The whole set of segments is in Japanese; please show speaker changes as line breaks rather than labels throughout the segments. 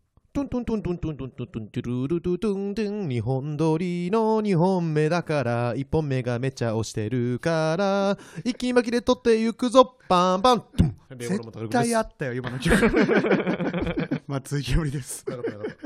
ントントントントントントントントゥルルトゥトゥントゥン日本撮りの2本目だから1本目がめちゃ押してるから息巻きで撮っていくぞパンパントゥン
絶対あったよ、今の曲。 松井きよりです。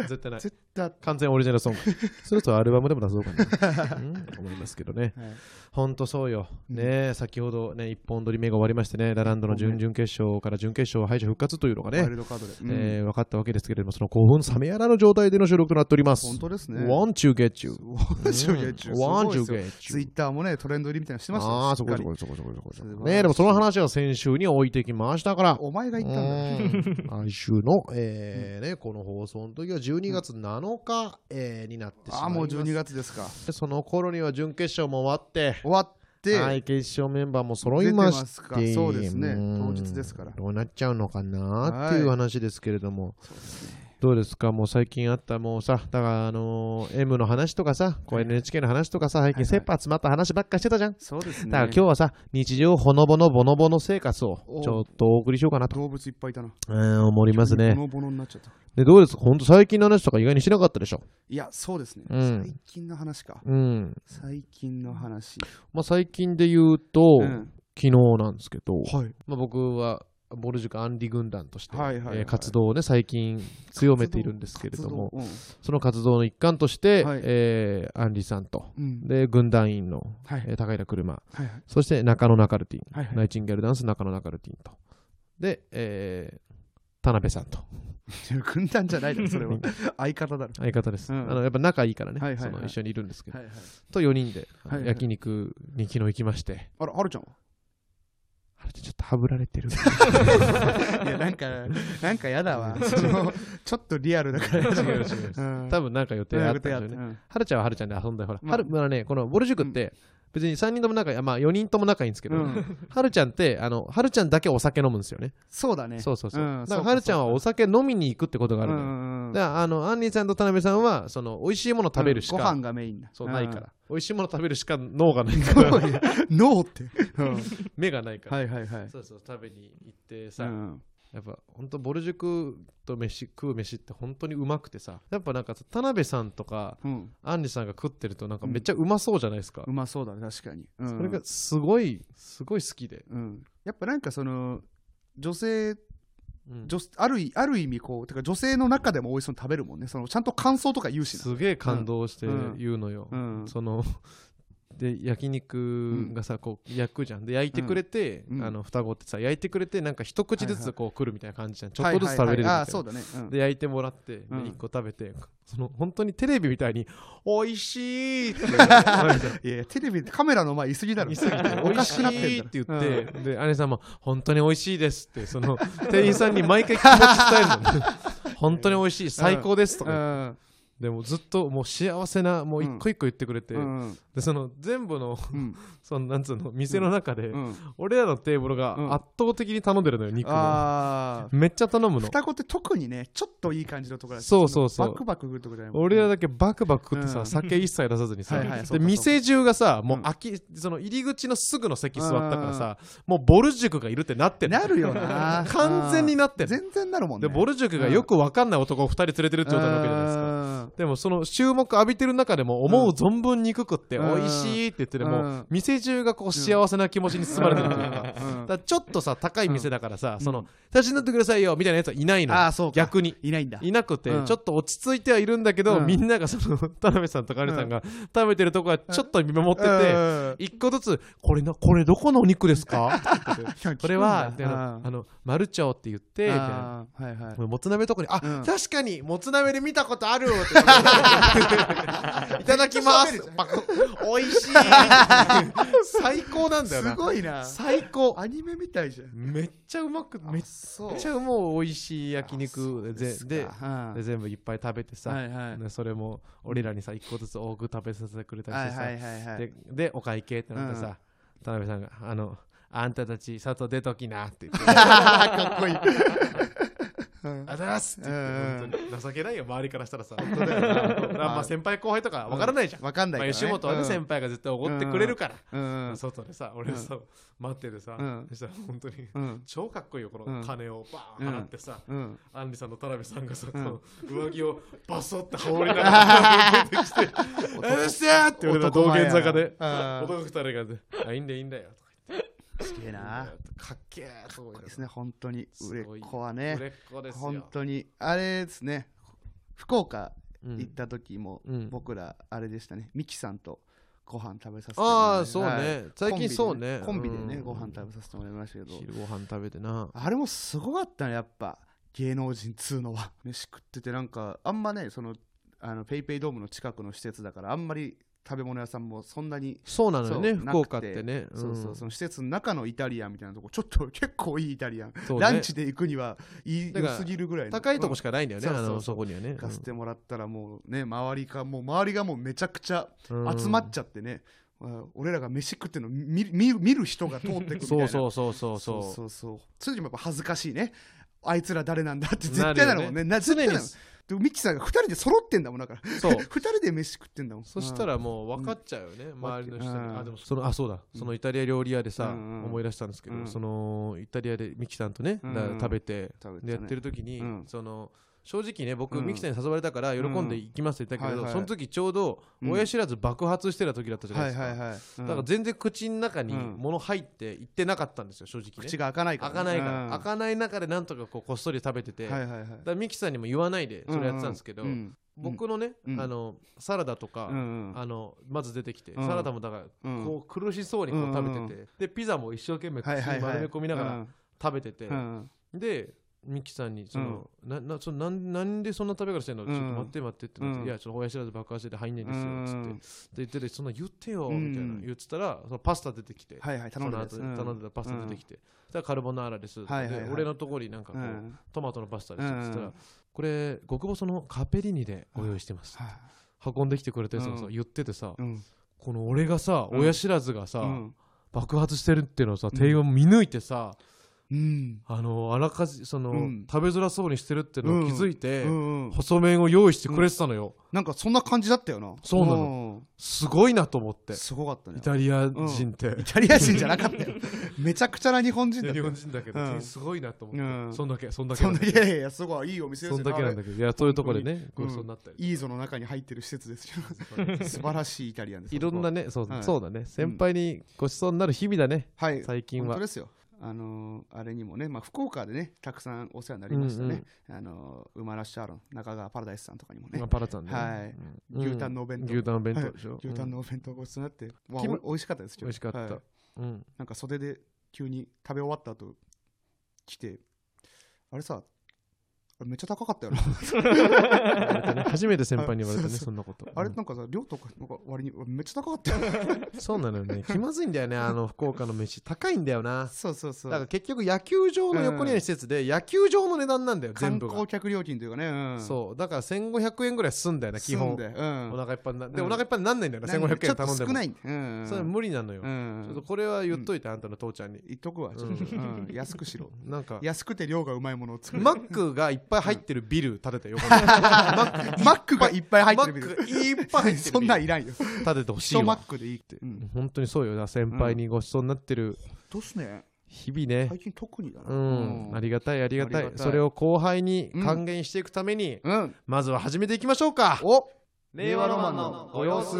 絶対ない
絶対あっ
完全オリジナルソングそろそろアルバムでも出そうかな、うん思いますけどね
た。はい
ほんとそうよ、ねえ先ほどね1本撮り目が終わりましてねラランドの準々決勝から準決勝敗者復活というのが
ワイ
ね
ルドカードで。うん
えー分かったわけですけれども、その興奮冷めやらの状態での収録となっております。
本当ですね
Want you get you.
ワンジュゲチュ
ワンジュ
すごい
ゲ
ですよ
チ
ツイッターもね、トレンド入りみたいなのしてましたよ
ああ、そこ
しっ
そ
か
こ
り
そこそこそこそ
素晴ら
こ。
しい
ねえでもその話は先週に置いてきましたから。
お前が言ったんだよ。
うん来週の、えーね、この放送の時は12月7日、えーになってしまい
あ
ま
あ、
す。
もう12月ですか。
でその頃には準決勝も終わって、
終わって、
はい、決勝メンバーも揃
出
い
て
ま
ま
し
すか。
て、
そうですね。
うん
当日ですから。
どうなっちゃうのかなっていう話ですけれども、
そうですね
どうですかもう最近あったもうさ、だからあのー M の話とかさ、こう NHK の話とかさ、最
はい
近切羽詰まった話ばっかしてたじゃん。
そうですね。
だから今日はさ、日常ほのぼのぼのぼの生活を
おう
ちょっとお送りしようかなと、
動物いっぱいいたな。
うん、思います
ボ
ね。
ノボノになっちゃった。
で、どうですか本当最近の話とか意外にしなかったでしょ
いや、そうですね。
うん
最近の話か。
うん。
最近の話。
まあ最近で言うと、
うん
昨日なんですけど、
はい。
まあ僕は、ボルジュカアンリ軍団として、
はいはいはい
えー活動をね、最近強めているんですけれども、その活動の一環として、
はい
えーアンリさんと、
活動。うんうん。
で、軍団員の、
はい
えー高平車、
はいはい。
そして中野ナカルティン、
はいはい
ナイチンゲールダンス中野ナカルティンと、で、えー田辺さんと、
軍団じゃないだろ、それ は
うん。
相方だろ。
相方です。
うん
あのやっぱ仲いいからね、
はいはいはい
その一緒にいるんですけど、
はいはい。
と4人で、あの
はいはい
焼肉に昨日行きまして、
あら、はるちゃんは
あれちょっとはぶられてる。
いや、なんか、なんかやだわ。そのちょっとリアルだから。
違う違う違う
うん
多分なんか予定あったんでしょう
う
ね。
ん
はるちゃんははるちゃんで遊んで、ほら、
ま
は
あ
るまあね、このボルジュクって、別に3人とも仲いい、まあ4人とも仲いいんですけど、
うん
はるちゃんって、あの、はるちゃんだけお酒飲むんですよね。
そうだね。
そうそうそう。
うん
だか
そう
ら
か
はるちゃんはお酒飲みに行くってことがある
う
のよ。
んうん
だからあのアンリーさんと田辺さんはその美味しいもの食べるしか、
ご飯がメインだ。
そうんないから、。美味しいもの食べるしか脳がないから
ノーって。うん
目がないから、
はいはいはい。
そうそう食べに行って
う
さ、
ん
やっぱ本当ぼる塾と飯食う飯って本当にうまくてさやっぱなんか田辺さんとか
うん。
アンリーさんが食ってるとなんかめっちゃうまそうじゃないですか、
うまそうだね、確かに。うん
それがすごいすごい好きで、
うんやっぱなんかその、女性、
うん
女ある意ある意味こう、てか女性の中でも美味しそうに食べるもんね。そのちゃんと感想とか言うしな。
すげえ感動して言うのよ、
うん
その で焼肉がさこう焼くじゃんで焼いてくれて、
うん
あの双子ってさ焼いてくれてなんか一口ず
はいは
つ
い
こう来るみたいな感じじゃん、ちょっとずつ食べれるみ
はいはいはいあ
たい
あ、そう
な。
だね。うん
で焼いてもらってで
うん
一個食べて、その本当にテレビみたいに「おいしい!」って言
いやいやテレビ、カメラの前いすぎだろ。
いす ぎて「お
お
い
か
し
しくなってん
い!」
だ
っ
ろ
て言って、で姉さんも「本当においしいです」ってその 店員さんに毎回気持ち伝える の本当においしい最高です」と
う
か言って
ん
でもずっともう幸せなもう一個一個言ってくれて、
うん
でその全部の
うん
そのなんつうの店の中で、
うん
俺らのテーブルが
うん
圧倒的に頼んでるのよ肉を
ああ
めっちゃ頼むの
双子って特にねちょっといい感じのところだし
そうそうそう
のバクバクくるとこじゃないもんね
俺らだけバクバク食ってさ、
うん
酒一切出さずにさ
はいはいそうかそう
で
か
店中がさもう
うん
空き、その入り口のすぐの席座ったからさ、もうボル塾がいるってなってんの
なるよな
完全になってんの
全然なるもん
で
ね
ボル塾がよくわかんない男を2人連れてる状態なわけじゃないですか
か
でもその注目浴びてる中でも思う存分肉食って
うん
美味しいって言ってでも、
うん
店中がこう幸せな気持ちに包まれてるというか、だからちょっとさ高い店だからさ、その写真撮ってくださいよみたいなやつはいないのよ
ああそうか
逆に
いないんだ
いなくて、
うん
ちょっと落ち着いてはいるんだけど、
うん
みんながその田辺さんとか有さんが食べてるとこはちょっと見守ってて、一個ずつ「これのこれどこのお肉ですか?」って言ってこれは」みたいな「あのマルチョウ」って言ってみたいな。
あーはいはい
もつ鍋とかに、あ、
うん
確かに、もつ鍋で見たことあるって いただきます。パク美味しい。最高なんだよ
す
な。
ごいな
最高。
アニメみたいじゃん
めっちゃうまく、めっ
そう
ちゃもう美味しい焼
そう
肉
で
ですで
かう
で
ん
全部いっぱい食べてさ、
はいはい
ねそれも俺らにさ一個ずつ多く食べさせてくれたり
は
し
い
てさ、
はいはいはい
ででお会計ってなってさ、
うん
田辺さんが「あのあんたたち外出ときなって言って
かっこいい。うん
あざますって言って本当に情けないよ周りからしたらさ
本当だよな
あまあ先輩後輩とかわからないじゃん、
わかんない
ま
か
あ、
らね。
吉本はね先輩が絶対おごってくれるから、
うんうん
外でさ俺さ、待っててさ、
うん
そしたら本当に、
うん
超かっこいいよこ
う
の
ん
金をバーン払ってさ、
うん。
アンリさんの田辺さんがさ、
ん
この上着をバソって羽織りなが ら出てきて「うっせー!」って俺ら
男
道
前や
玄坂で
あー
男二人がね「あいいんだよいいんだよ」とか
すげえ
言っ
な。
てかっけーすごい
ですね、本当に。
す
売れっ
ごい
子は
売
ね。
れっ子ですよ
本当に。あれですね。福岡行った時も、
うん
僕ら、あれでしたね。ミキさんとご飯食べさせてもらいました
ああそうね、
はい
最近そうね
コンビでね、
うん
ご飯食べさせてもらいましたけど。
昼ご飯食べてな
あれもすごかったね、やっぱ。芸能人通のは。飯食ってて、なんか、あんまね、その、あの、ペイペイドームの近くの施設だから、あんまり食べ物屋さんもそんなに、
そうなのよね
そう
福岡ってね
なくそうそう、
う
そ
ん
の施設の中のイタリアンみたいなとこ、ちょっと 結構いいイタリアン。
そうね
ランチで行くには、いい、
だから
良すぎるぐらいの。
高いとこ
し
しかないんだよね、
うん
あ
そうそ
の
うそう
そこにはね
行かせてもらったら、もうね、周りか、もう周りがもうめちゃくちゃ
うん
集まっちゃってね、あ俺らが飯食ってるの見見見る人が通ってくみたい
そ
な。
うそうそうそうそう
そうそうそれでもやっぱ恥ずかしいねあいつら誰なんだって絶
な
対
るよね
なのもんねな
常
絶対
に
なのでもミッキーさんが2人で揃ってんだもんだから
そう
2人で飯食ってんだもん
そした
うん
らもう分かっちゃうよね、周りの人に、
うん
あでもそのあそうだそのイタリア料理屋でさ、
うんうん
思い出したんですけど、
うん
そのイタリアでミキさんとね、
うん
だ食べて
食べて
で
たね
やってる時に、
うん
その正直ね僕、
うん
ミキさんに誘われたから喜んで行きますって言ったけど、
うんはい
そ
はい
の時ちょうど
うん
親知らず爆発してた時だったじゃないで
はい
すか、
はいはい、うん
だから全然口の中に
うん
物入って行ってなかったんですよ正直ね
口が開かないから
開かないから、
うん
開かない中でなんとかこうこっそり食べてて、
はい
だか
はいはい
らミキさんにも言わないでそれやってたんですけど、
ううん
僕のね、
うん
あのサラダとか、
うんうん
あのまず出てきて、
うん
サラダもだから
うん
こう苦しそうにこう食べてて、
うんうん
でピザも一生懸命口に丸め込みながら食べてて、
うんうん
でミキさんにその、ななそのなんなんでそんな食べ方してんの、
う
ち
ん
ょっと待って待ってってなって、
うん
いやちょっと親知らず爆発してて入んねんですよ
うん
つって、で言っててそんな言ってよ
う
み
ん
たいな言ってたらそのパスタ出てきて、
はいはい
そ
頼ん
の
だや
後
つ
で頼んでたパスタ出てきて、じゃあカルボナーラです、
はいはいはい
で俺のところになんかこ
う
う、
んうん
トマトのパスタですって言ったら、
うん
これ極細のカペリーニでご用意してます、
はい
運んできてくれたやつがさ、
うん
言っててさ、
うん
この俺がさ
うん
親知らずがさ、
うん
爆発してるっていうのをさ
うん
店員を見抜いてさ、
うん
あのあらかじその、
うん
食べづらそうにしてるっていうのを気づいて、
うんうん
細麺を用意してくれてたのよ、
なんかそんな感じだったよな
そうな
の
すごいなと思って
すごかったね
イタリア人って、
イタリア人じゃなかったよ めちゃくちゃな日本人
い
だ
や
っ
日
たよ
本人だけど、
うん
店員すごいなと思って、
うん
そんだけそんだけな
そ
ん
ん
だ
だ
け
いやいやいやすごいいいお店です
そ
よ
んだけなんだけどいやそういうところでね
当
ご
に
ちそうになったりとか、
いいぞの中に入ってる施設ですよ素晴らしいイタリアンで す
いろんな
ね
ねそう,、
はい
そうだね先輩にごちそうになる日々だね、
はい
最近
本
は
当ですよあのーあれにもね、まあ、福岡でねたくさんお世話になりましたね、あのー馬らっしゃろ中川パラダイスさんとかにもね
まあ、パラちゃんね、
はい
うん
牛タンのお弁当
牛タンのお弁当でしょ、
牛タンのお弁当ごちそうになって、まあ、
きま
お美味しかったですよ
美味しかった
はい
うん、うん
なんか袖で急に食べ終わった後来てあれさあれめっちゃ高かったよな
ね初めて先輩に言われたね、
あそうそう
そんなこと。
あれ
うん
なんかさ量とかなんか割にめっちゃ高かったよ な
そうなのよ ね。気まずいんだよね、あの、福岡の飯。高いんだよな。
そうそうそ
だ
う
から結局、野球場の横にある施設で、野球場の値段なんだよ、全
観
部
光
が。
客料金というかね、うん、
そう。だから1500円ぐらいすんだよな、基本
住。んで、う
お
ん、
腹いっぱいになで、
うん
お腹いっぱいになんないんだよな、
なん
1500
かちょ
円
っと
頼んで
少
も
な。いんだ、うん、
それは無理なのよ
う。
ちょっと
ん、
これは言っといて、あんたの父ちゃんに。
言っとくわ、ちょっとうん安くしろ
なんか、
安くて量がうまいものを作る
マックがいっぱい入ってるビル建ててよ。マッ
マックがいっぱい入ってるビ
マッ
ル
クいっぱい入ってるビル。
そんなんいらんよ
建ててほしい
一マ
わ
ッ。クでいいって、うん、
本当にそうよな、先輩にごちそうになってる
どうすね
日々ね
最。近特にだな
うん、ありがたいありがた
あ
い
りがたい
それを後輩に還元していくために、
うん
まずは始めていきましょうか
お
令和ロマンのご様子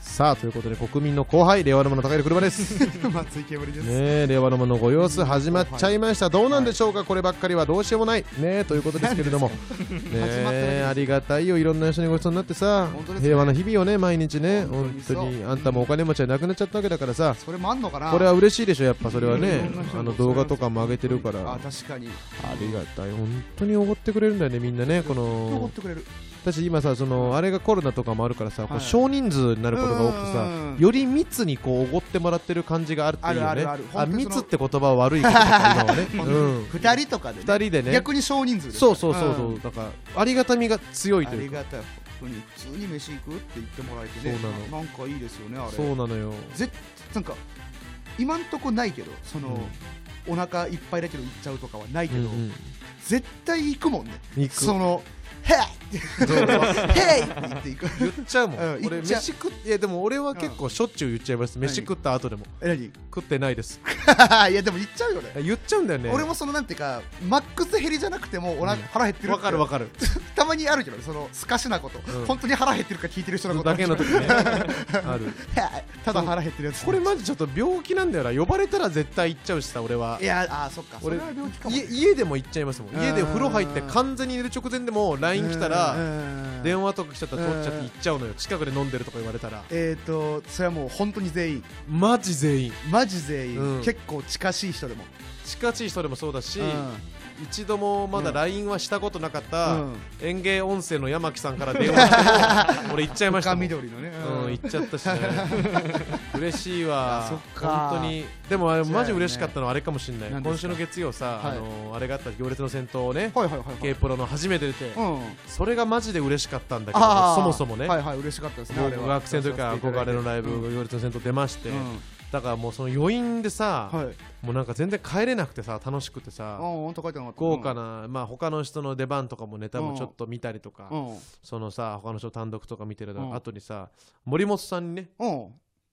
さあということで国民の後輩令和ロマンの高い車ですね
松井けぶりです、
え令和ロマンのご様子始まっちゃいましたどうなんでしょうかこればっかりはどうしようもないねえということですけれど もね
始まっただけで
え
す
ありがたいよいろんな人にごちそうになってさ
本当ですね
平和な日々をね毎日ね
本
本
当
当
にそう
にあんたもお金持ちはなくなっちゃったわけだからさ
それもあんのかな
これは嬉しいでしょやっぱそれはい
ろ
ね
んな人
あ
に
の動画とかも上げてるから
あ確かに
ありがたい本当におごってくれるんだよねみんなねこ
おごっ
の
てくれる
だし今さそのあれがコロナとかもあるからさ、こう
はい
少人数になることが多くてさ
うん
より密にこうおごってもらってる感じがあるっていうよね
あるあるある本当にその
密って言葉は悪いことだから今は ね、うん、
2人とかでね
二人でね
逆に少人数で
そうそうそうそう、
ん
だからありがたみが強い
あ
とい
り
うか
がたい本当に普通に飯行くって言ってもらえてね
そうなの
んかいいですよねあれ
そうなのよ
ぜなんか今んとこないけどその、お腹いっぱいだけど行っちゃうとかはないけ
う
ど、
んうん
絶対行くもんね
行く
その「へい!」へい!」って言って行 く
言っちゃうもん
うん言
俺
っちゃう
飯食っいやでも俺は結構しょっちゅう言っちゃいます
ん
飯食った後でも
え何
食ってないです
いやでも行っちゃうよね
言っちゃうんだよね
俺もそのなんていうかマックス減りじゃなくてもお腹、
うん
腹減ってる
わかるわ
か
かる
るたまにあるけどねそのすかしなこと、
うん
本当に腹減ってるか聞いてる人のこと
だけの時ねある
はい ただ腹減ってるやつ
これマジちょっと病気なんだよな呼ばれたら絶対行っちゃうしさ俺はい
やあーそっかそ
俺
れは病気かも
家家でも行っちゃいますもん家で風呂入って
うん
完全に寝る直前でもう LINE 来たら
ら
電
話
話とか来ちゃったら取っちゃって行っちゃうのよ近くで飲んでるとか言われたら
えっ、とそれはもう本当に全員
マジ全員
マジ全員、
うん
結構近しい人でも
近しい人でもそうだし
うん
一度もまだ LINE はしたことなかった
うん
園芸音声の山木さんから電話して も俺行っちゃいました
深
もん
緑のね、
うん、行っちゃったし ね嬉しいわ
あそっか
本当にでもあれ
そうだよ
マ
ね
ジ嬉しかったのはあれかもしれない、
何ですか
今週の月曜さ、
はい
あのーあれがあった行列の戦闘をね
はいはいはい、はい
K プロの初めて出て、
うん、
それがマジで嬉しかったんだけど
あー
そもそもね、
はいはい嬉しかったですねあれは
僕が学生の時から憧れのライブ、
うん
行列の戦闘出まして、
うん
だからもうその余韻でさ、
はい
もうなんか全然帰れなくてさ楽しくて
あ
さ、
本当書いてなかった
豪華な、まあ他の人の出番とかもネタもちょっと見たりとか、
うんうん
そのさ他の人単独とか見てる
うん
後にさ、森本さんにね
うん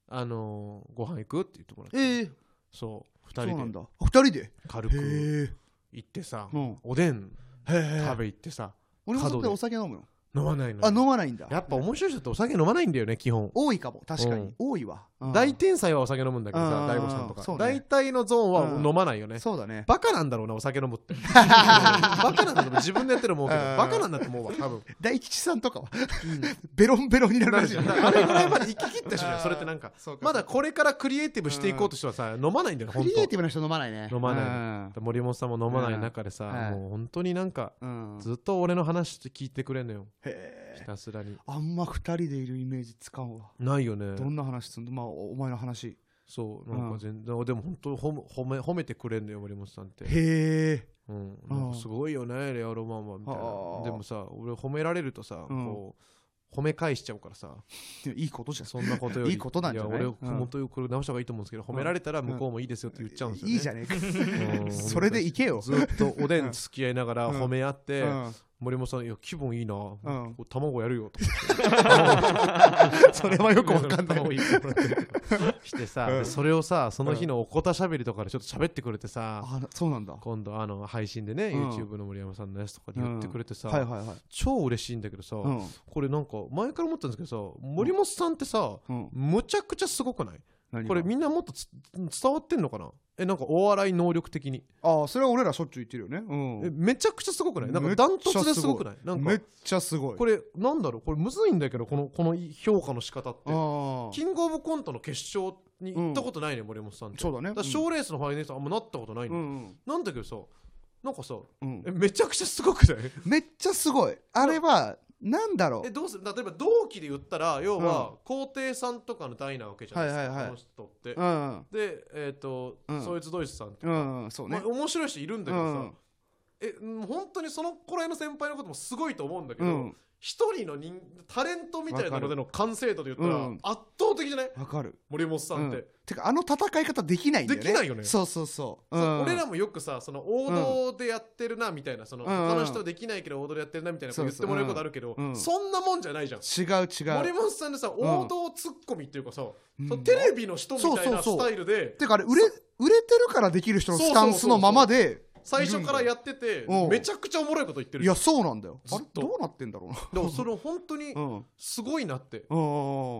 あのーご飯行くって言ってもらって、
ええ
そう
そ
2
うな
人
ん
で
だ二人でへ
軽く
え
行ってさ、
うん
おでん
へえ
食べ行ってさ、
俺もそ
角
こ
で
でお酒飲むよ
飲まないの
あ飲まないんだ
やっぱ面白い人ってお酒飲まないんだよね基本
多いかも確か
うん
に多いわうん
大天才はお酒飲むんだけど
う
さ
ん
大悟さんとか、
そうね
大体のゾーンは飲まないよね、
そうだね
バカなんだろうなお酒飲むって バカなんだろう自分でやってるのもうけど
うん
バカなんだと思うわ多 分
大吉さんとかは ベロンベロンになるらしいよ
あれぐらいまで行き切った人じゃんそれってなんか
そうか
まだこれからクリエイティブしていこうとしてはさ飲まないんだよ
ク
本当
リエイティブな人飲まないね
飲まない
な
森本さんも飲まない中でさ、
うん
もう本当になんか
うんうんへ
ずっと俺の話って聞いてくれんのよひ
え
たすらに
あんま二人でいるイメージつかんわ
ないよね
どんな話すんのまあおお前の話
そうなん
う
か
ん
全然、でも本当褒め褒め褒めてくれんのよ森本さんって
へえ
うん、なんかすごいよねレアロマンはみたいな
あー
でもさ俺褒められるとさ、
うん
こう褒め返しちゃうから さ
いいことじゃん
そんなことより
いいことなんじゃない
や
うん
俺本当にこれ直した方がいいと思うんですけど、褒められたら向こうもいいですよって言っちゃうんですよ、ね
いいじゃねえ
うん
か それでいけよ
ずっとおでん付き合いながら
うん
褒め合って、
うん
森本さんいや気分いいな、
ん
こう卵やるよとか
それはよくわかんない
頭をいいことになってるけど してさ、
うん
でそれをさその日のおこたしゃべりとかでちょっと喋ってくれてさ、
あそうなんだ
今度あの配信でね、
うん
YouTube の森山さんのやつとかで言ってくれてさ、
はいはいはい
超嬉しいんだけどさ、
うん
これなんか前から思ったんですけどさ森本さんってさ、
うん
むちゃくちゃすごくない
何が
これみんなもっとつ伝わってんのかなえなんかお笑い能力的に、
ああそれは俺らしょっちゅう言ってるよね
えめちゃくちゃすごくないなん
め
か
っちゃ
ダントツですごくないな
うんん
か
めっちゃすごい
これなんだろうこれむずいんだけどこのこの評価の仕方って
ああ
キングオブコントの決勝に行ったことないね、森本さんって
そうだね
だ賞、ーレースのファイナリストあんまなったことない
うんう
の、
ん
なんだけどさなんかさ
うん
えめちゃくちゃすごくない
めっちゃすごいあれはなんだろ
え
う
どうする例えば同期で言ったら要は皇帝さんとかの代なわけじゃないですか、
はいはいはい
この人って、
うん
でえっ、と、
うん
そいつドイツさんって、
うんうんそうね
まあ面白い人いるんだけどさ、
うん
えもう本当にそのくらいの先輩のこともすごいと思うんだけ
う
ど、
ん
一人の人タレントみたいなのでの完成度で言ったら
わかる
圧倒的じゃない
わかる
森本さんって、
うんてかあの戦い方できないんだよね
できないよね
そうそうそう、う
そ
ん、
俺らもよくさその王道でやってるなみたいな、その
うん
他の人できないけど王道でやってるなみたいなこと言ってもらうことあるけど、
そうそううん
そんなもんじゃないじゃん、
違う違
森
う
本さんでさ
ん
王道ツッコミっていうかさ、
うん
そのテレビの人みたいな
そうそうそ
ス
う
タイルで
てかあれ売れ売れてるからできる人のスタンスのままで
最初からやってて
うん
めちゃくちゃおもろいこと言ってる
い
じゃ
や
ん
そうなんだよあれ
ずっと
どうなってんだ ろうな
でもそれ本当に
うん
すごいなって、
う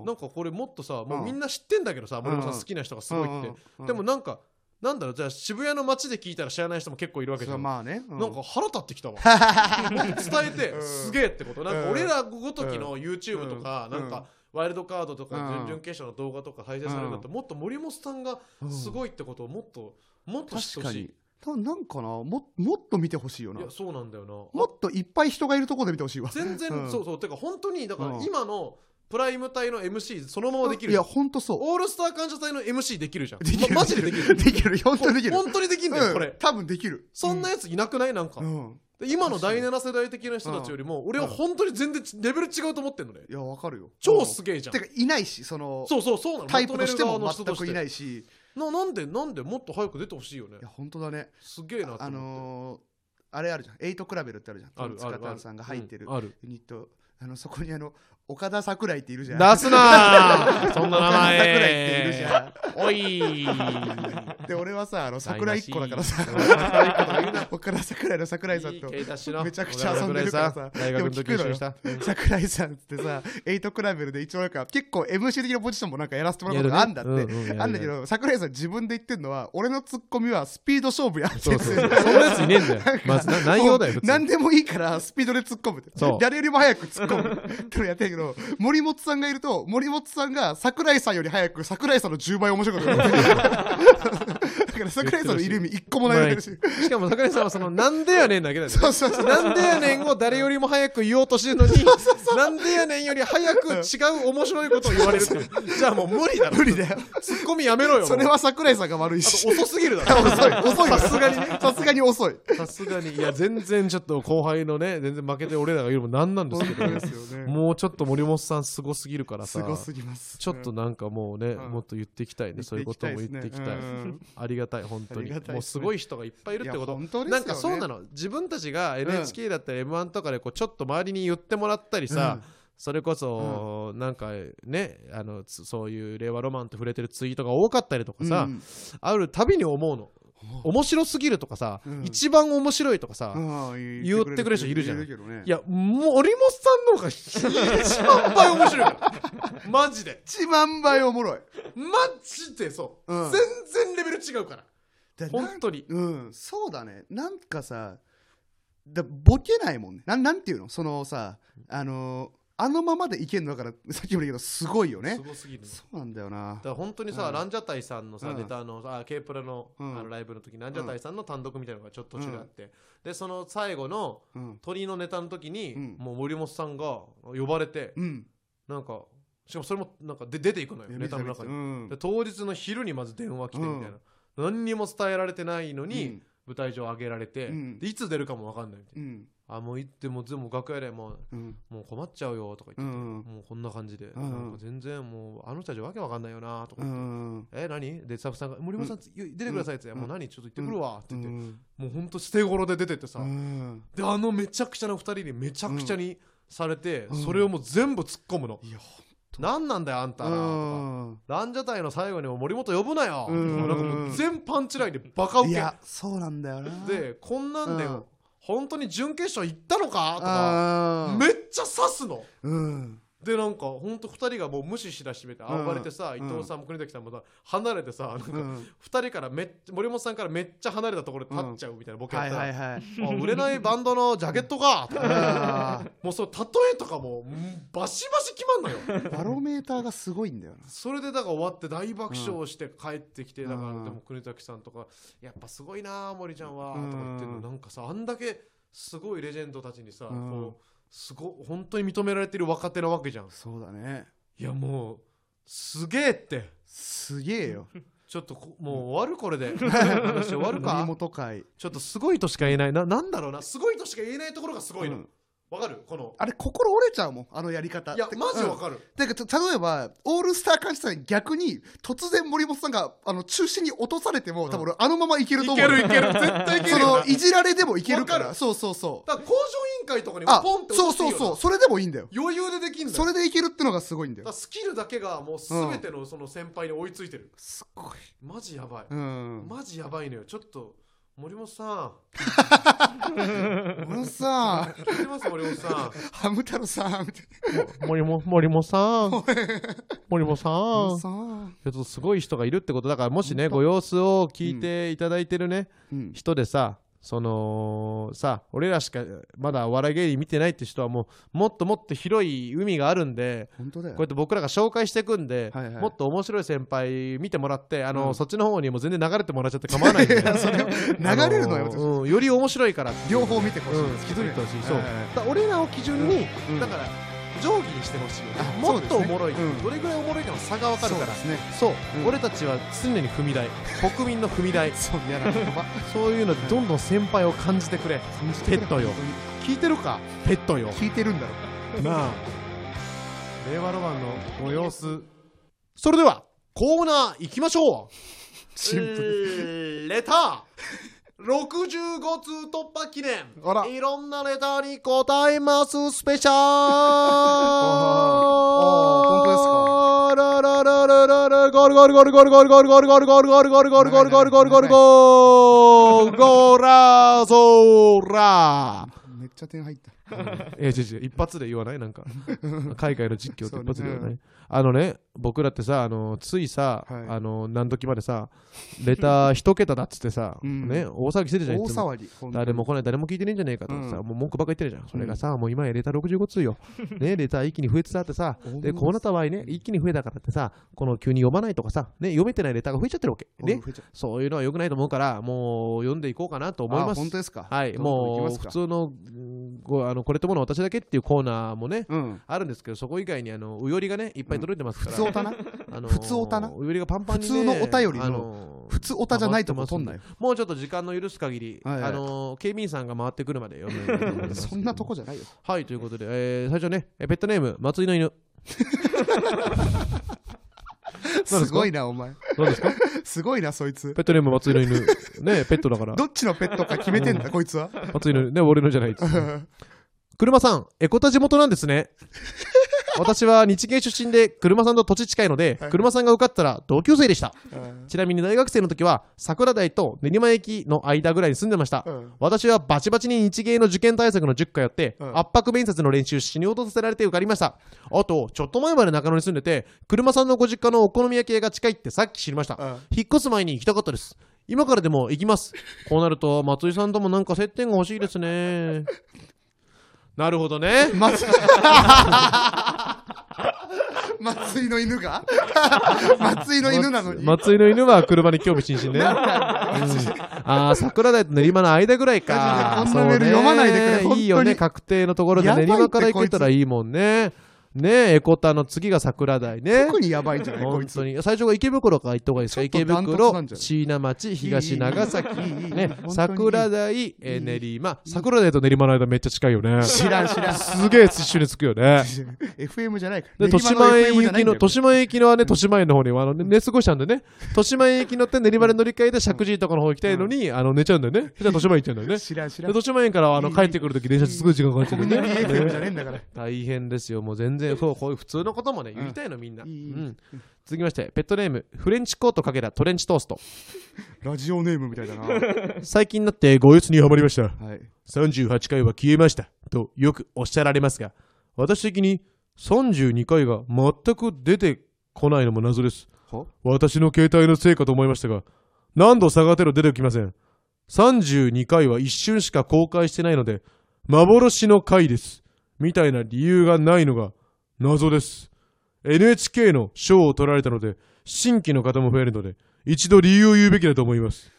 ん
なんかこれもっとさもううんみんな知ってんだけどさ、森本さん好きな人がすごいって、でもなんかなんだろうじゃあ渋谷の街で聞いたら知らない人も結構いるわけじゃん、
まあね、う
なんか腹立ってき たわ伝えて
うん
すげえってことなんか
うん
俺らごときの YouTube とか
うん
なんかワイルドカードとか
うん
準々決勝の動画とか再生されるんだったらもっと森本さんがす
い
ごいってことをもっともっと知ってほ
確か
し
に
い
ただなんかなももっと見てほしいよない
やそうなんだよな
もっといっぱい人がいるところで見てほしいわ
全然、
うん
そうそうてか本当にだから
うん
今のプライム隊の MC そのままできる
い
じゃ
や
ん
ほんとそう
オールスター感謝祭の MC できるじゃん
できる
まマジでできる
できる本当にできる
本当にできんだよ、
うん
これ
多分できる
そんなやついなくないなんか、
うん、うん
で今の第7世代的な人たちよりも、俺は本当に全然レベル違うと思ってんのね、
いやわかるよ
超す
げ
げえじゃん、
てかいないしその
そうそうそうなの
タイプとしても
求める側の人
全
とし
く
て
いないし
ななんでなんでもっと早く出てほしいよね
いや本当だね
すげえなと思って
あのーあれあるじゃんエイトクラベルってあるじゃん
あるあ
塚
るあ
田
る
さんが入ってる
うんある
ユニットあのそこにあの岡田桜井っているじゃん
出す なそんな名
岡田桜井っているじ
前
ゃ
おい
ん で俺はさあの桜井一個だからさ
台無し
岡田桜井の桜井さんと
いい出しの
めちゃくちゃ遊んでるからさ
大学の時一緒にした
桜井さんってさ、エイトクラベルで一応なんか結構 MC 的なポジションもなんかやらせてもらうことがあんだって。
やるねうんうんやる
あんだけど、桜井さん自分で言ってんのは、俺のツッコミはスピード勝負やって
そ
言
う
って
そ
る
うそんなやついねえんだよまずな内容だよ
もう
別
何
に
でもいいからスピードで突っ込むって
そう
誰よりも早く突っ込むってのやってるけど森本さんがいると森本さんが桜井さんより早く桜井さんの10倍面白 くなるだから桜井さんのいる意味一個もないわけだし
しかも桜井さんはそのなんでやねんだけだよね
そうそうそう
なんでやねんを誰よりも早く言おうとしてるのに、なんでやねんより早く違う面白いことを言われるっていう。じゃあもう無理だろ。
無理だよ
ツッコミやめろよ。もう
それは桜井さんが悪い
あ
し
と遅すぎるだろ。
遅い 遅い
さすがにね
さすがに遅い
さすがに。いや、全然ちょっと後輩のね、全然負けて俺らが言うのもなんなんですけど、
すよ
もうちょっと森本さんすごすぎるから
す
さ。
ごすぎます
ちょっとなんかもうね、
うん
もっと言っていきたいね、
言っていきたい
そういうことも言っていきたい、
ですねうん
ありがたい本当
あり
に
がたいですね
もうすごい人がいっぱいいるってこ
いや
と、
本当です
な
よね
んかそうなの自分たちが NHK だったり m 1とかでこうちょっと周りに言ってもらったりさ、
う
それこそ、なんかねあのつそういう令和ロマンと触れてるツイートが多かったりとかさ、
うん
あるたびに思うの面白すぎるとかさ、
うん
一番面白いとかさ、
ああ
言ってくれる人いるじゃん
いけどね
いや森本さんの方が一万倍面 白いからマジで
一万倍おもろい
マジでそう、
うん
全然レベル違うから
でなん
本当に
うんそうだねなんかさだボケないもんねなんなんていうのそのさあのーあのままでいけんのだから さっきも言ったけどすごいよね
すごすぎるのだ
そうなんだよな
から本当にさ、
うん
ランジャタイさんのさ、
うん
ネタのあ K プラの,、
うん
あのライブの時ランジャタイさんの単独みたいなのがちょっと途中であって、でその最後の
うん
鳥のネタの時に、
うん
もう森本さんが呼ばれて、
うん
なんかしかもそれもなんかで出ていくのよ
いや
ネタの中
見てた見てたう
に、
ん
で当日の昼にまず電話来てみたいな、何にも伝えられてないのに、
うん
舞台上上げられて、
うん
でいつ出るかも分かんないみたいな、
うん
あもう行ってもう全部楽屋でもう
うん
もう困っちゃうよとか言って
う、ん
もうこんな感じで、
んうん
なんか全然もうあの人たちわけわかんないよなとか
う
言って、
ん
え何でスタッフさんが「森本さん、出てください」って言って、
うん
もう何ちょっと行ってくるわ」って
う
言って、
ん
もうほんと捨て頃で出てってさ、
うん
であのめちゃくちゃな二人にめちゃくちゃにされて、
うん
それをもう全部突っ込むの
いや
「何なんだよあんたら」とか
うん
「ランジャタイの最後にも森本呼ぶなよ」とか
うん
なんかもう全パンチラインでバカウ
い
ケ
やそうなんだよな
でこんなんで、
うん
本当に準決勝行ったのかとか
あ
めっちゃ刺すの。
うん
でなんかほんと2人がもう無視しだしめて
うん
暴れてさ、
うん
伊藤さんも国崎さんもさ離れてさ、なんか
うん
2人からめっちゃ森本さんからめっちゃ離れたところで立っちゃうみたいなボケや
は
っ
い
たら、
はいはい
あ売れないバンドのジャケットかとか
あ
もうその例えとかもうんバシバシ決まんのよ
ーバロメーターがすごいんだよな
それでだから終わって大爆笑して帰ってきて、だから
うん
でも国崎さんとかやっぱすごいなあ森ちゃんは、
うん
とか言ってんのなんかさあんだけすごいレジェンドたちにさ、
うん
こうすご本当に認められてる若手なわけじゃん
そうだね
いやもうすげえって
すげえよ
ちょっとこもう終わるこれ で話終わる
森
か
本会
ちょっとすごいとしか言えないななんだろうなすごいとしか言えないところがすごいの
うん
わ、かるこの
あれ心折れちゃうもんあのやり方
いや
て
マジわ
うん
かる、
だけど例えばオールスター感謝祭逆に突然森本さんがあの中心に落とされても多分俺あのままいけると
い
思う
けるいける 絶対いけ
そ
るよな
のいじられでもいけるか
わからる
そうそうそう
だから工場委員会とかにも
あ
ポンって
そう
落ちてい
そ
いうよな
そうそれでもいいんだよ
余裕でできんだよ
それでいけるってのがすごいんだ
だから
よ
スキルだけがもう全てのその先輩に追いついてる、
すごい
マジやばい、
うん
マジやばいのよちょっと森本さ
俺さ
ん聞いてます森本さ
ハム太郎さんみたい
ん 森も森本さ ん森本さ
なハ
ん
ムさん
ちょっとすごい人がいるってことだからもしね
本当
ご様子を聞いていただいてるね、
うん
人でさそのさ俺らしかまだお笑い芸人見てないって人はもうもっともっと広い海があるんで
本当だよ
こうやって僕らが紹介していくんで、
はいはい
もっと面白い先輩見てもらってあの、
うん
そっちの方にも全然流れてもらっちゃって構わないんで
や それ流れるのはやめてほしい
うん、より面白いからって
両方見てほしいです
うん気づいてほしいそう
はいはいはい
だから俺らを基準に、
うん
だから定規にしてほしいよ
あ
もっと
そう
お
ですね
もろい、
うん
どれぐらいおもろいかの差が分かる
そう
か
で
ら
すね
そう
うん
俺たちは常に踏み台国民の踏み台
そう嫌な言葉
そういうのでどんどん先輩を感じてくれ
感じ
ペットよ
本当
聞
に
いてるかペットよ
聞いてるんだろ
なあ令和ロマンのご様子それではコーナー行きましょう
シンプル
えーレター65通突破記念
あら
いろんなレターに答えますスペシャル
あー本当です
かララララララゴールゴールゴールゴールゴールゴールゴールゴールゴールゴールゴールゴールゴールゴールゴールゴールゴールゴーラーゾーラー
めっちゃ点入った
え違う違う一発で言わない なんか海外の実況って一発で言わない、
そう
あのね僕らってさあのついさ、
はい
あの何時までさレター一桁だっつってさ、
うん
ね大騒ぎしてるじゃんい
大
つも
騒ぎ本当に
誰も来ない誰も聞いてねえんじゃねえかと思ってさ、
うん
もう文句ばっかり言ってるじゃんそれがさ、もう今やレター65通よねレター一気に増えてたって さでこうなった場合ね一気に増えたからってさこの急に読まないとかさ、ね、読めてないレターが増えちゃってるわけね
増えちゃう
そういうのは良くないと思うからもう読んでいこうかなと思いま
あ
す
本当ですか
はい、
どんどん
もう
行
普
きますか
通のうんごあのこれともの私だけっていうコーナーもね、
うん
あるんですけど、そこ以外にあのうよりがね、いっぱい届いてますか
普
ら、
通おた な
あの
普通おたな
うよりがパンパンに、ね、
普通のお便りの
の
普通おたじゃないとこ取んなよ
もうちょっと時間の許す限り、
はいはい
あの警備員さんが回ってくるまで読めると 思います
そんなとこじゃない よ
はい、ということで、えー最初ね、えペットネーム、松井の犬。
すごいなお前
どうですか
すごいなそいつ
ペットネーム、松井の犬。ねペットだから。
どっちのペットか決めてんだこいつは
松井の犬。ね、俺のじゃないです。車さん、エコタ地元なんですね。私は日芸出身で車さんと土地近いので、車さんが受かったら同級生でした。
うん
ちなみに大学生の時は桜台と練馬駅の間ぐらいに住んでました。
うん
私はバチバチに日芸の受験対策の塾通って、
うん
圧迫面接の練習死に落とさせられて受かりました。あと、ちょっと前まで中野に住んでて、車さんのご実家のお好み焼き屋が近いってさっき知りました。
うん
引っ越す前に行きたかったです。今からでも行きます。こうなると、松井さんともなんか接点が欲しいです ね。なるほどね。
松松井の犬 が松井の犬なのに
松井の犬は車に興味津々ね。ああ、桜台と練馬の間ぐらいか。
こんなメール読まないでくれ
そうね
本当に
いいよね、確定のところで
やばい
練
って
馬から行けたらいいもんね。ねえ、エコタの次が桜台ね。
特にやばいんじゃないこ
本
いつ
当に最初が池袋から行った方がいいですか
ちょっと
池
断トツな
袋
んじゃない
椎名町東長崎
いいいいいい
ね
本当にいい
桜台えー練馬桜台と練馬の間めっちゃ近いよね
知らん知らん
すげえ一緒に着くよね
FM じゃないから
で、豊島園行きの、豊
年
島園行きのはね、豊島園の方に、あの、ね寝過ごしちゃうんでね。豊島園行き乗って練馬で乗り換えて、石神井とかの方行きたいのに、あの、寝ちゃうんだよね。じゃあ豊島園行っちゃうんだよね。で、
知らん知らん
豊島園から、あの、
いい
帰ってくるとき、電車すごい時間かかっ
コ
て
ミ
く
ュ
る
ニテ
ね。
ィ FM じゃねえんだから
大変ですよ。もう全然、そう、こういう普通のこともね、言いたいの、みんな。う
いい
ん。続きまして、ペットネーム、フレンチコートかけたトレンチトースト。
ラジオネームみたい だなは
最近になって、ごつにはまりました。
い
38回は消えましたとよくおっしゃられますが私的に32回が全く出てこないのも謎です
は
私の携帯のせいかと思いましたが何度探しても出てきません32回は一瞬しか公開してないので幻の回ですみたいな理由がないのが謎です NHK の賞を取られたので新規の方も増えるので一度理由を言うべきだと思います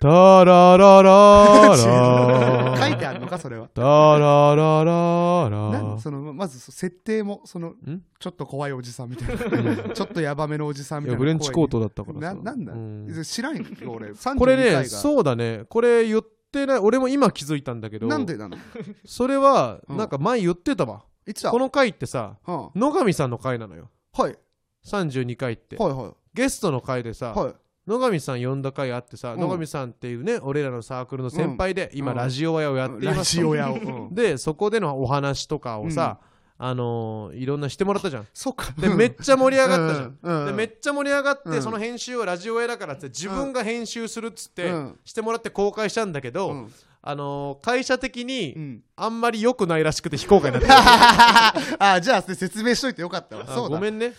タララララ
書いてあるのかそれは
タララララ
何そのまず設定もその
ん
ちょっと怖いおじさんみたいなちょっとヤバめのおじさ
い
んみたい
や
な
フレンチコー
ト
トだったからさ
なんだ
うん
知らんよ俺32回 が
これねそうだねこれ言ってない俺も今気づいたんだけど
なんでなの
それは
うん
なんか前言ってたわ、
いつだ
この回ってさ
うんはい
野上さんの回なのよ
はい
32回って
は
ゲストの回でさ、
いはい
野上さん呼んだ回あってさ、
うん
野上さんっていうね俺らのサークルの先輩で、今
うん
ラジオ屋をやってい
ラ
ます
ジ
と、
オ屋をう ん
でそこでのお話とかをさ、あのーいろんなしてもらったじゃん
そっか
でめっちゃ盛り上がったじゃん、
ゃ
でめっちゃ盛り上がって、
うん
その編集はラジオ屋だからっつって自分が編集するっつって、
うん
してもらって公開したんだけど、
うん
あのー会社的
う
に
ん
あんまり良くないらしくて非公開になった
あじゃあ説明しといてよかったわ
あ
そうだ
ごめんね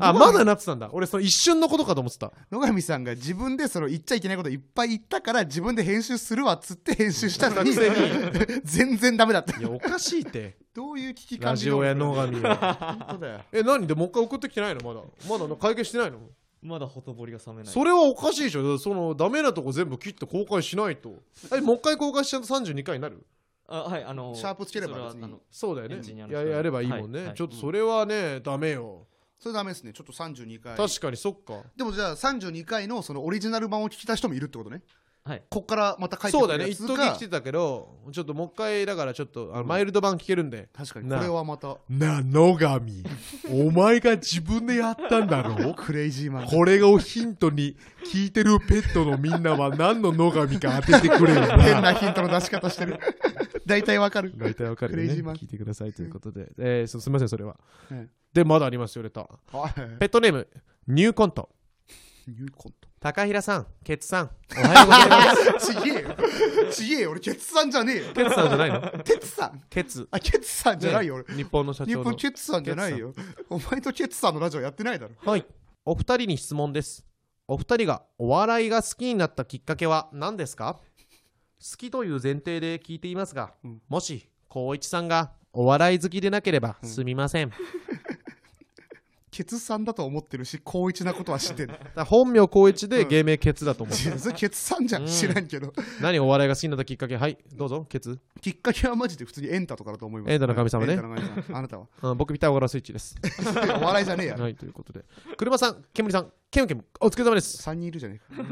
あ、
どう
まだなってたんだ。俺、その一瞬のことかと思ってた。
野上さんが自分でその言っちゃいけないこといっぱい言ったから自分で編集するわっつって編集したのに
作戦
全然ダメだった
いや、おかしいって。
どう いう危機感
ラジオや野上 は。
本当だよ
え、何でもう一回送ってきてないのまだ。まだな会見してないの
まだほとぼりが冷めない。
それはおかしいでしょ。その、ダメなとこ全部切って公開しないと。え、もう一回公開しちゃうと32回になる
あはい、あの
シャープつければ
そは
別に
あの
そうだよね
エンジニア。の人
や
が
やればいいもんね、
はいはい
ちょっとそれはね、ダメよ。
それダメですねちょっと32回
確かに、そっか。
でもじゃあ32回のそのオリジナル版を聞きた人もいるってことね
はい。
こっからまた書いて
そう
く
だね。
るや
一
つ
時
が
来てたけど、ちょっともう一回、だからちょっと、あのマイルド版聞けるんで。
確かにこれはまた
なあ、野上。お前が自分でやったんだろ
クレイジーマン
これをヒントに、聞いてるペットのみんなは何の野上か当ててくれよ
変なヒントの出し方してる 大体わかる
大体わかるよね。
クレイジーマン
聞いてくださいということで。えー、そすみません、それは。
はい
で、まだありますよ、レター。
はい
ペットネーム、ニューコント。
ニューコント
高平さん、ケツさん。
ちげえよちげえよ俺ケツさんじゃねえよ
ケツさんじゃないの
ケツさん
ケツ。
あケツさんじゃないよ俺
ね日本の社
日
長の
本。ケツさんじゃないよお前とケツさんのラジオやってないだろ
はい。お二人に質問です。お二人がお笑いが好きになったきっかけは何ですか好きという前提で聞いていますが、
うん
もし、光一さんがお笑い好きでなければ
うん
すみません。
ケツさんだと思ってるし高一なことは知ってる
だから本名光一で
うん
芸名ケツだと思う。
ケツさんじゃん知らんけど
何お笑いが好きになったきっかけはい、どうぞ、ケツ。
きっかけはマジで普通にエンタとかだと思います
エンタの神様ね
エンタの神様あなたは
うん僕、ピタゴラスイッチです。
お笑いじゃねえや
はい、ということで。車さん、煙さん、ケムケム、お疲れ様です。
3人いるじゃねえか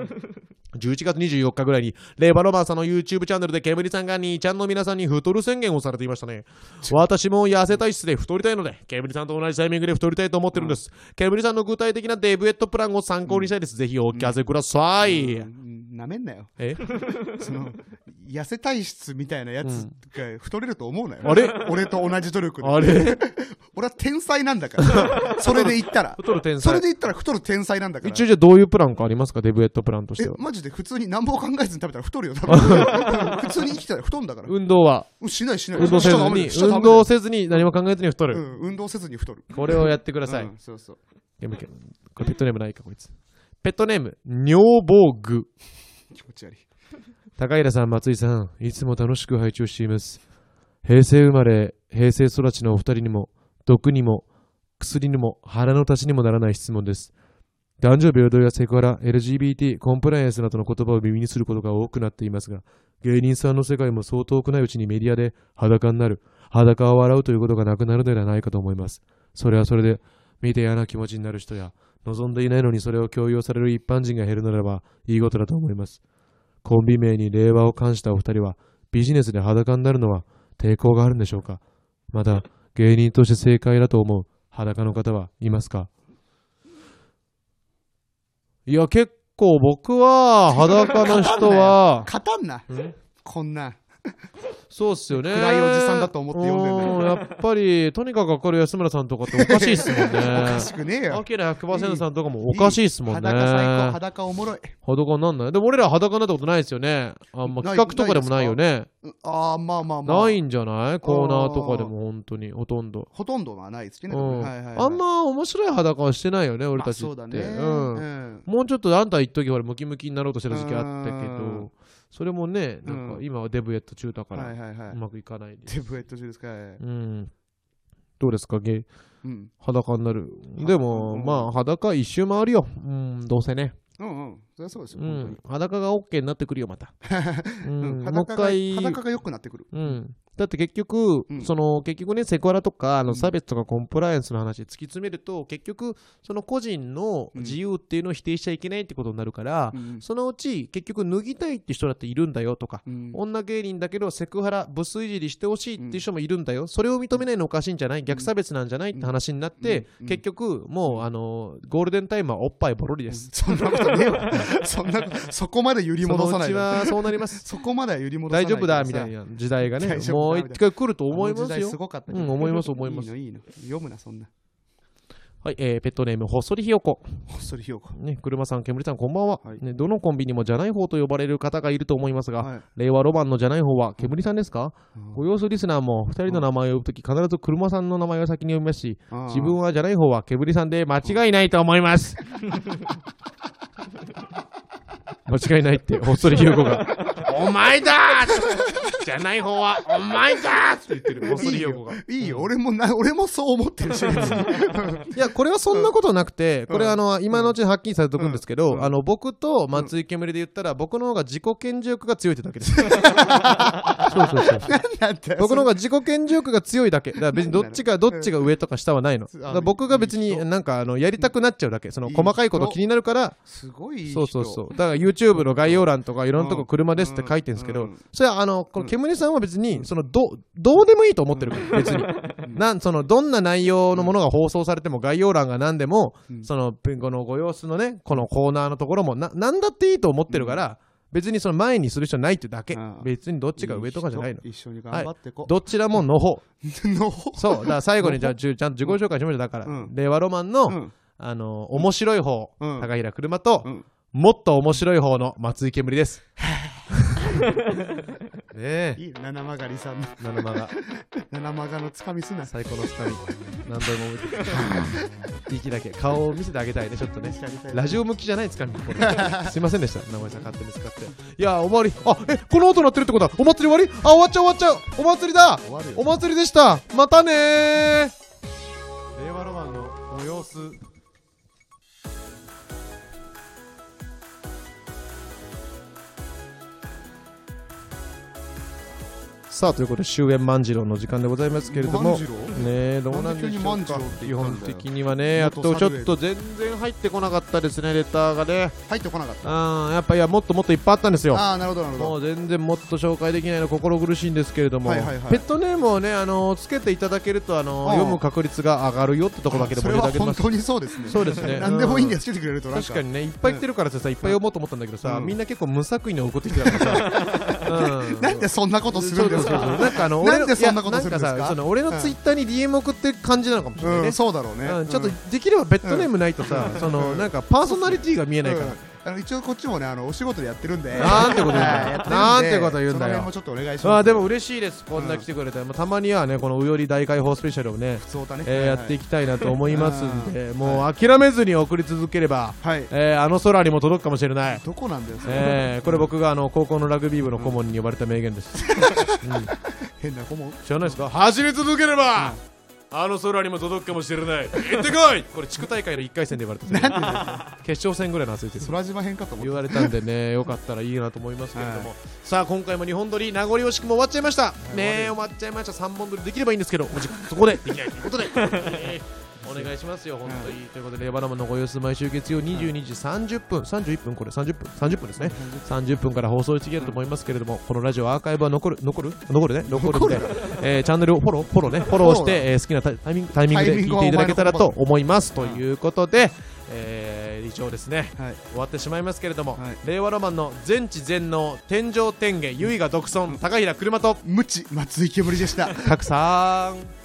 11月24日ぐらいに、レバロバーさんの YouTube チャンネルで煙さんが兄ちゃんの皆さんに太る宣言をされていましたね。私も痩せ体質で太りたいので、煙さんと同じタイミングで太りたいと思ってるんです。煙さんの具体的なデブエットプランを参考にしたいです。ぜひお聞かせください。
なめんなよ
え
その痩せ体質みたいなやつが太れると思うなよ、
あれ
俺と同じ努力で
あ れ
俺は天才なんだからそれで言ったら
太る天
それ
才
で。言ったら太る天才なんだから
一応じゃあどういうプランかありますかデブエットプランとし
え
ては。
マジで普通に何も考えずに食べたら太るよ多分普通に生きてたら太 んだから、
運動は
うんしないしない
運動
し
せ
ち
ず
ゃダメだ
に
よしちゃダ
運
メだよ
動せずに何も考えずに太る、
うん、運動せずに太る
これをやってください、
うんそうそう
ゲームゲームこれペットネームないかこいつペットネーム尿防具
気持ち悪い
高平さん松井さんいつも楽しく拝聴しています平成生まれ平成育ちのお二人にも毒にも薬にも腹の足しにもならない質問です男女平等やセクハラ LGBT コンプライアンスなどの言葉を耳にすることが多くなっていますが芸人さんの世界もそう遠くないうちにメディアで裸になる裸を洗うということがなくなるのではないかと思いますそれはそれで見て嫌な気持ちになる人や望んでいないのにそれを強要される一般人が減るならばいいことだと思いますコンビ名に令和を冠したお二人はビジネスで裸になるのは抵抗があるんでしょうかまた芸人として正解だと思う裸の方はいますかいや結構僕は裸の人は
語んなこんな
そうっすよね
暗いおじさんだと思って読んでんだよ
うやっぱりとにかく明るい安村さんとかっておかしいっすもんね
おかしくねえ
ア
よ
キラ100%さんとかもおかしいっすもんね
裸最高裸おもろい
裸になんないでも俺ら裸になったことないですよねあんま
な
企
い
画とかでもないよね
うんああまあまあまあ
ないんじゃないコーナーとかでも本当にほとんど、
ほとんどはないですけ
う
どね、
ん
はいはいはい
あんま面白い裸はしてないよね俺たちって、
まあそうだね、
うん
うん
もうちょっとあんた一時ほらムキムキになろうとしてた時期あったけ
う
ど
ん
それもねなん
う
か
ん
今はデブエット中だから
はいはいはいう
まくいかないで、
デブエット中ですか、はい
うんどうですかゲイ
うん、
裸になるでも、
うん
まあ裸一周回るようんどうせね
うんうんそりゃそうですよ、
う
本当に
ん裸が OK になってくるよま た、う
うん
ん、もう
裸
一回
が裸が良くなってくる。
うん、だって結局、
うん
その結局ねセクハラとかあ
う
の
ん
差別とかコンプライアンスの話で突き詰めると、結局その個人の
うん
自由っていうのを否定しちゃいけないってことになるから、
うん
そのうち結局脱ぎたいって人だっているんだよとか、
うん
女芸人だけどセクハラブスいじりしてほしいっていう人もいるんだよ、それを認めないのおかしいんじゃない逆差別なんじゃないって話になって、
うん
結局もうあのゴールデンタイムはおっぱいボロリです、
そんなことねえわ。 そんなこと、そこまで揺り
そ
戻
の
さ
う
ない
ち
で。
はそうなります
そこまでは揺り戻さない
大
で
丈
さ。
夫だみたいな時代がね
大丈
も
夫
う
だみたいな
一回来ると思い
あの
ま
時
す
代
よ
すごかった
うん思います思います
いいのいいの。読むな、そんな。
はい、えーペットネーム、ほっそりひよこ。
こっそりひよこ。
ね、車さん、煙さん、こんばんは、
はい
ね。どのコンビニもじゃない方と呼ばれる方がいると思いますが、
はい
令和ロマンのじゃない方は煙さんですか、
うん
ご様子リスナーも2人の名前を呼ぶとき必ず車さんの名前を先に呼びますし、
あー
自分はじゃない方は煙さんで間違いないと思い ます。間違いないって、ほっそりひよこが、お前だーじゃない方は、お前だーって言ってる、ほっそりひよこが。
いいよ、俺もな、俺もそう思 ってるし、別に
いや、これはそんなことなくて、これあの、今のうちにはっきりさせておくんですけ
うん
ど、あの、僕と松井煙で言ったら、僕の方が自己顕示欲が強いってだ けです。そうそうそう。
なんだよ
僕の方が自己顕示欲が強いだけ。だから別にどっちが、どっちが上とか下はないの。だから僕が別になんか、あの、やりたくなっちゃうだけ。その、細かいこと気になるから、
すごいいい
そ
人
うそうそう。だから YouTube の概要欄とか、いろんなとこ車ですって書いてるんですけ
う
ど
ん、
それはあの、この煙さんは別に、その、ど、どうでもいいと思ってるから、別に。なん、その、どんな内容のものが放送されても、概要欄が何でも、
うん
その、べこのご様子のね、このコーナーのところも、な、なんだっていいと思ってるから、別にその前にする人ないってだけ
ああ。
別にどっちが上とかじゃないの。
一緒に頑張ってこ。
どちらもの方。
の方
そう。だから最後に、じゃあ、じゅちゃんと自己紹介しましょう。だから
うん、
令和ロマンの、
うん
あの、面白い方、
うん
高平車と、
うん
もっと面白い方の松井煙 です。ねえ、
いいよ七曲りさんの
七間が
七曲のつかみすな。
最高のス タミ何度も覚えてる。息だけ、顔を見せてあげたいね、ちょっとね。ラジオ向きじゃないつかみ、これすいませんでした、名前さん勝手に使って。いやー、終わり。あ、え、この音鳴ってるってことは、お祭り終わりあ、終わっちゃう終わっちゃう。お祭りだ
終わるよ
お祭りでしたまたねー令和ロマンのご様子。さあということで終焉万次郎の時間でございますけれども
万次郎
ねえどうなんでしょ
な
うん
で急に万次郎
か
って言ったんだ
基
よ
本的にはねやっとちょっと全然入ってこなかったですねレターがね
入ってこなかった。
うんやっぱいやもっともっといっぱいあったんですよ
ああ、なるほど、なる
も
ほ
う全然もっと紹介できないの心苦しいんですけれども、
はいはいはい
ペットネームをねあのつけていただけるとあの
ああ
読む確率が上がるよってところだけ
ど。
で
そ
も
れ
入れて
は
あげてま
本
す
当にそうですね。
そうですね
何でもいいんで
よ
す、つけてくれるとなん
確かにねいっぱい来てるからさいっぱい読もうと思ったんだけどさ、
うん
みんな結構無作為に送ってきてたから さ、うん
なんでそんなことするんで
そうそうそう
すか
なんかあの俺の
なんでそんなこと
いやなんか
するんです
さ
か
その俺のツイッターに DM 送ってる感じなのかもしれないね、
うん、そうだろうね。
うんちょっと
うん
できればベッドネームないとさ、そのなんかパーソナリティが見えないから、
あの一応こっちもねあのお仕事でやってるんで
なんてこと言うんだよ
はいやってるで
なんてこと言うんだよ
その辺もちょっとお願いします
ああでも嬉しいですこんな来てくれたら、まあたまにはねこの「うより大解放スペシャル」をね、
そうだね
えー
はい
やっていきたいなと思いますんで、もう諦めずに送り続ければ、
はい
えーあの空にも届くかもしれない、
どこなんだよそれ
えーこれ僕があの高校のラグビー部の顧問に呼ばれた名言です、
変な顧問
知らないですか走り続ければ、あの空にも届くかもしれない行ってこいこれ地区大会の1回戦で言われた決勝戦ぐらいの熱いです
空島編かと思
言
っ
われたんでね、 よかったらいいなと思いますけれども、さあ、今回も日本撮り、名残惜しくも終わっちゃいました、ねえ終わっちゃいました、3本撮りできればいいんですけど、もうじそこでできないということで、えーお願いしますよ、本当に。ということで、レバノムのご様子、毎週月曜22時30分、31分、これ30分、30分ですね、30分から放送しきれると思いますけれども、このラジオ、アーカイブは残る、残る残るね、残るんで、えーチャンネルをフォロー、フォローね、フォローして、えー好きなタイタイミングタイミングで聞いていただけたらと思います。と
イミングはお前の言葉だ
いうことで、えー以上ですね。
たはい
終わってしまいますけれども、
はい
令和ロマンの全知全能天上天下唯我独尊高平車と
無知松井けぶりでした
たくさん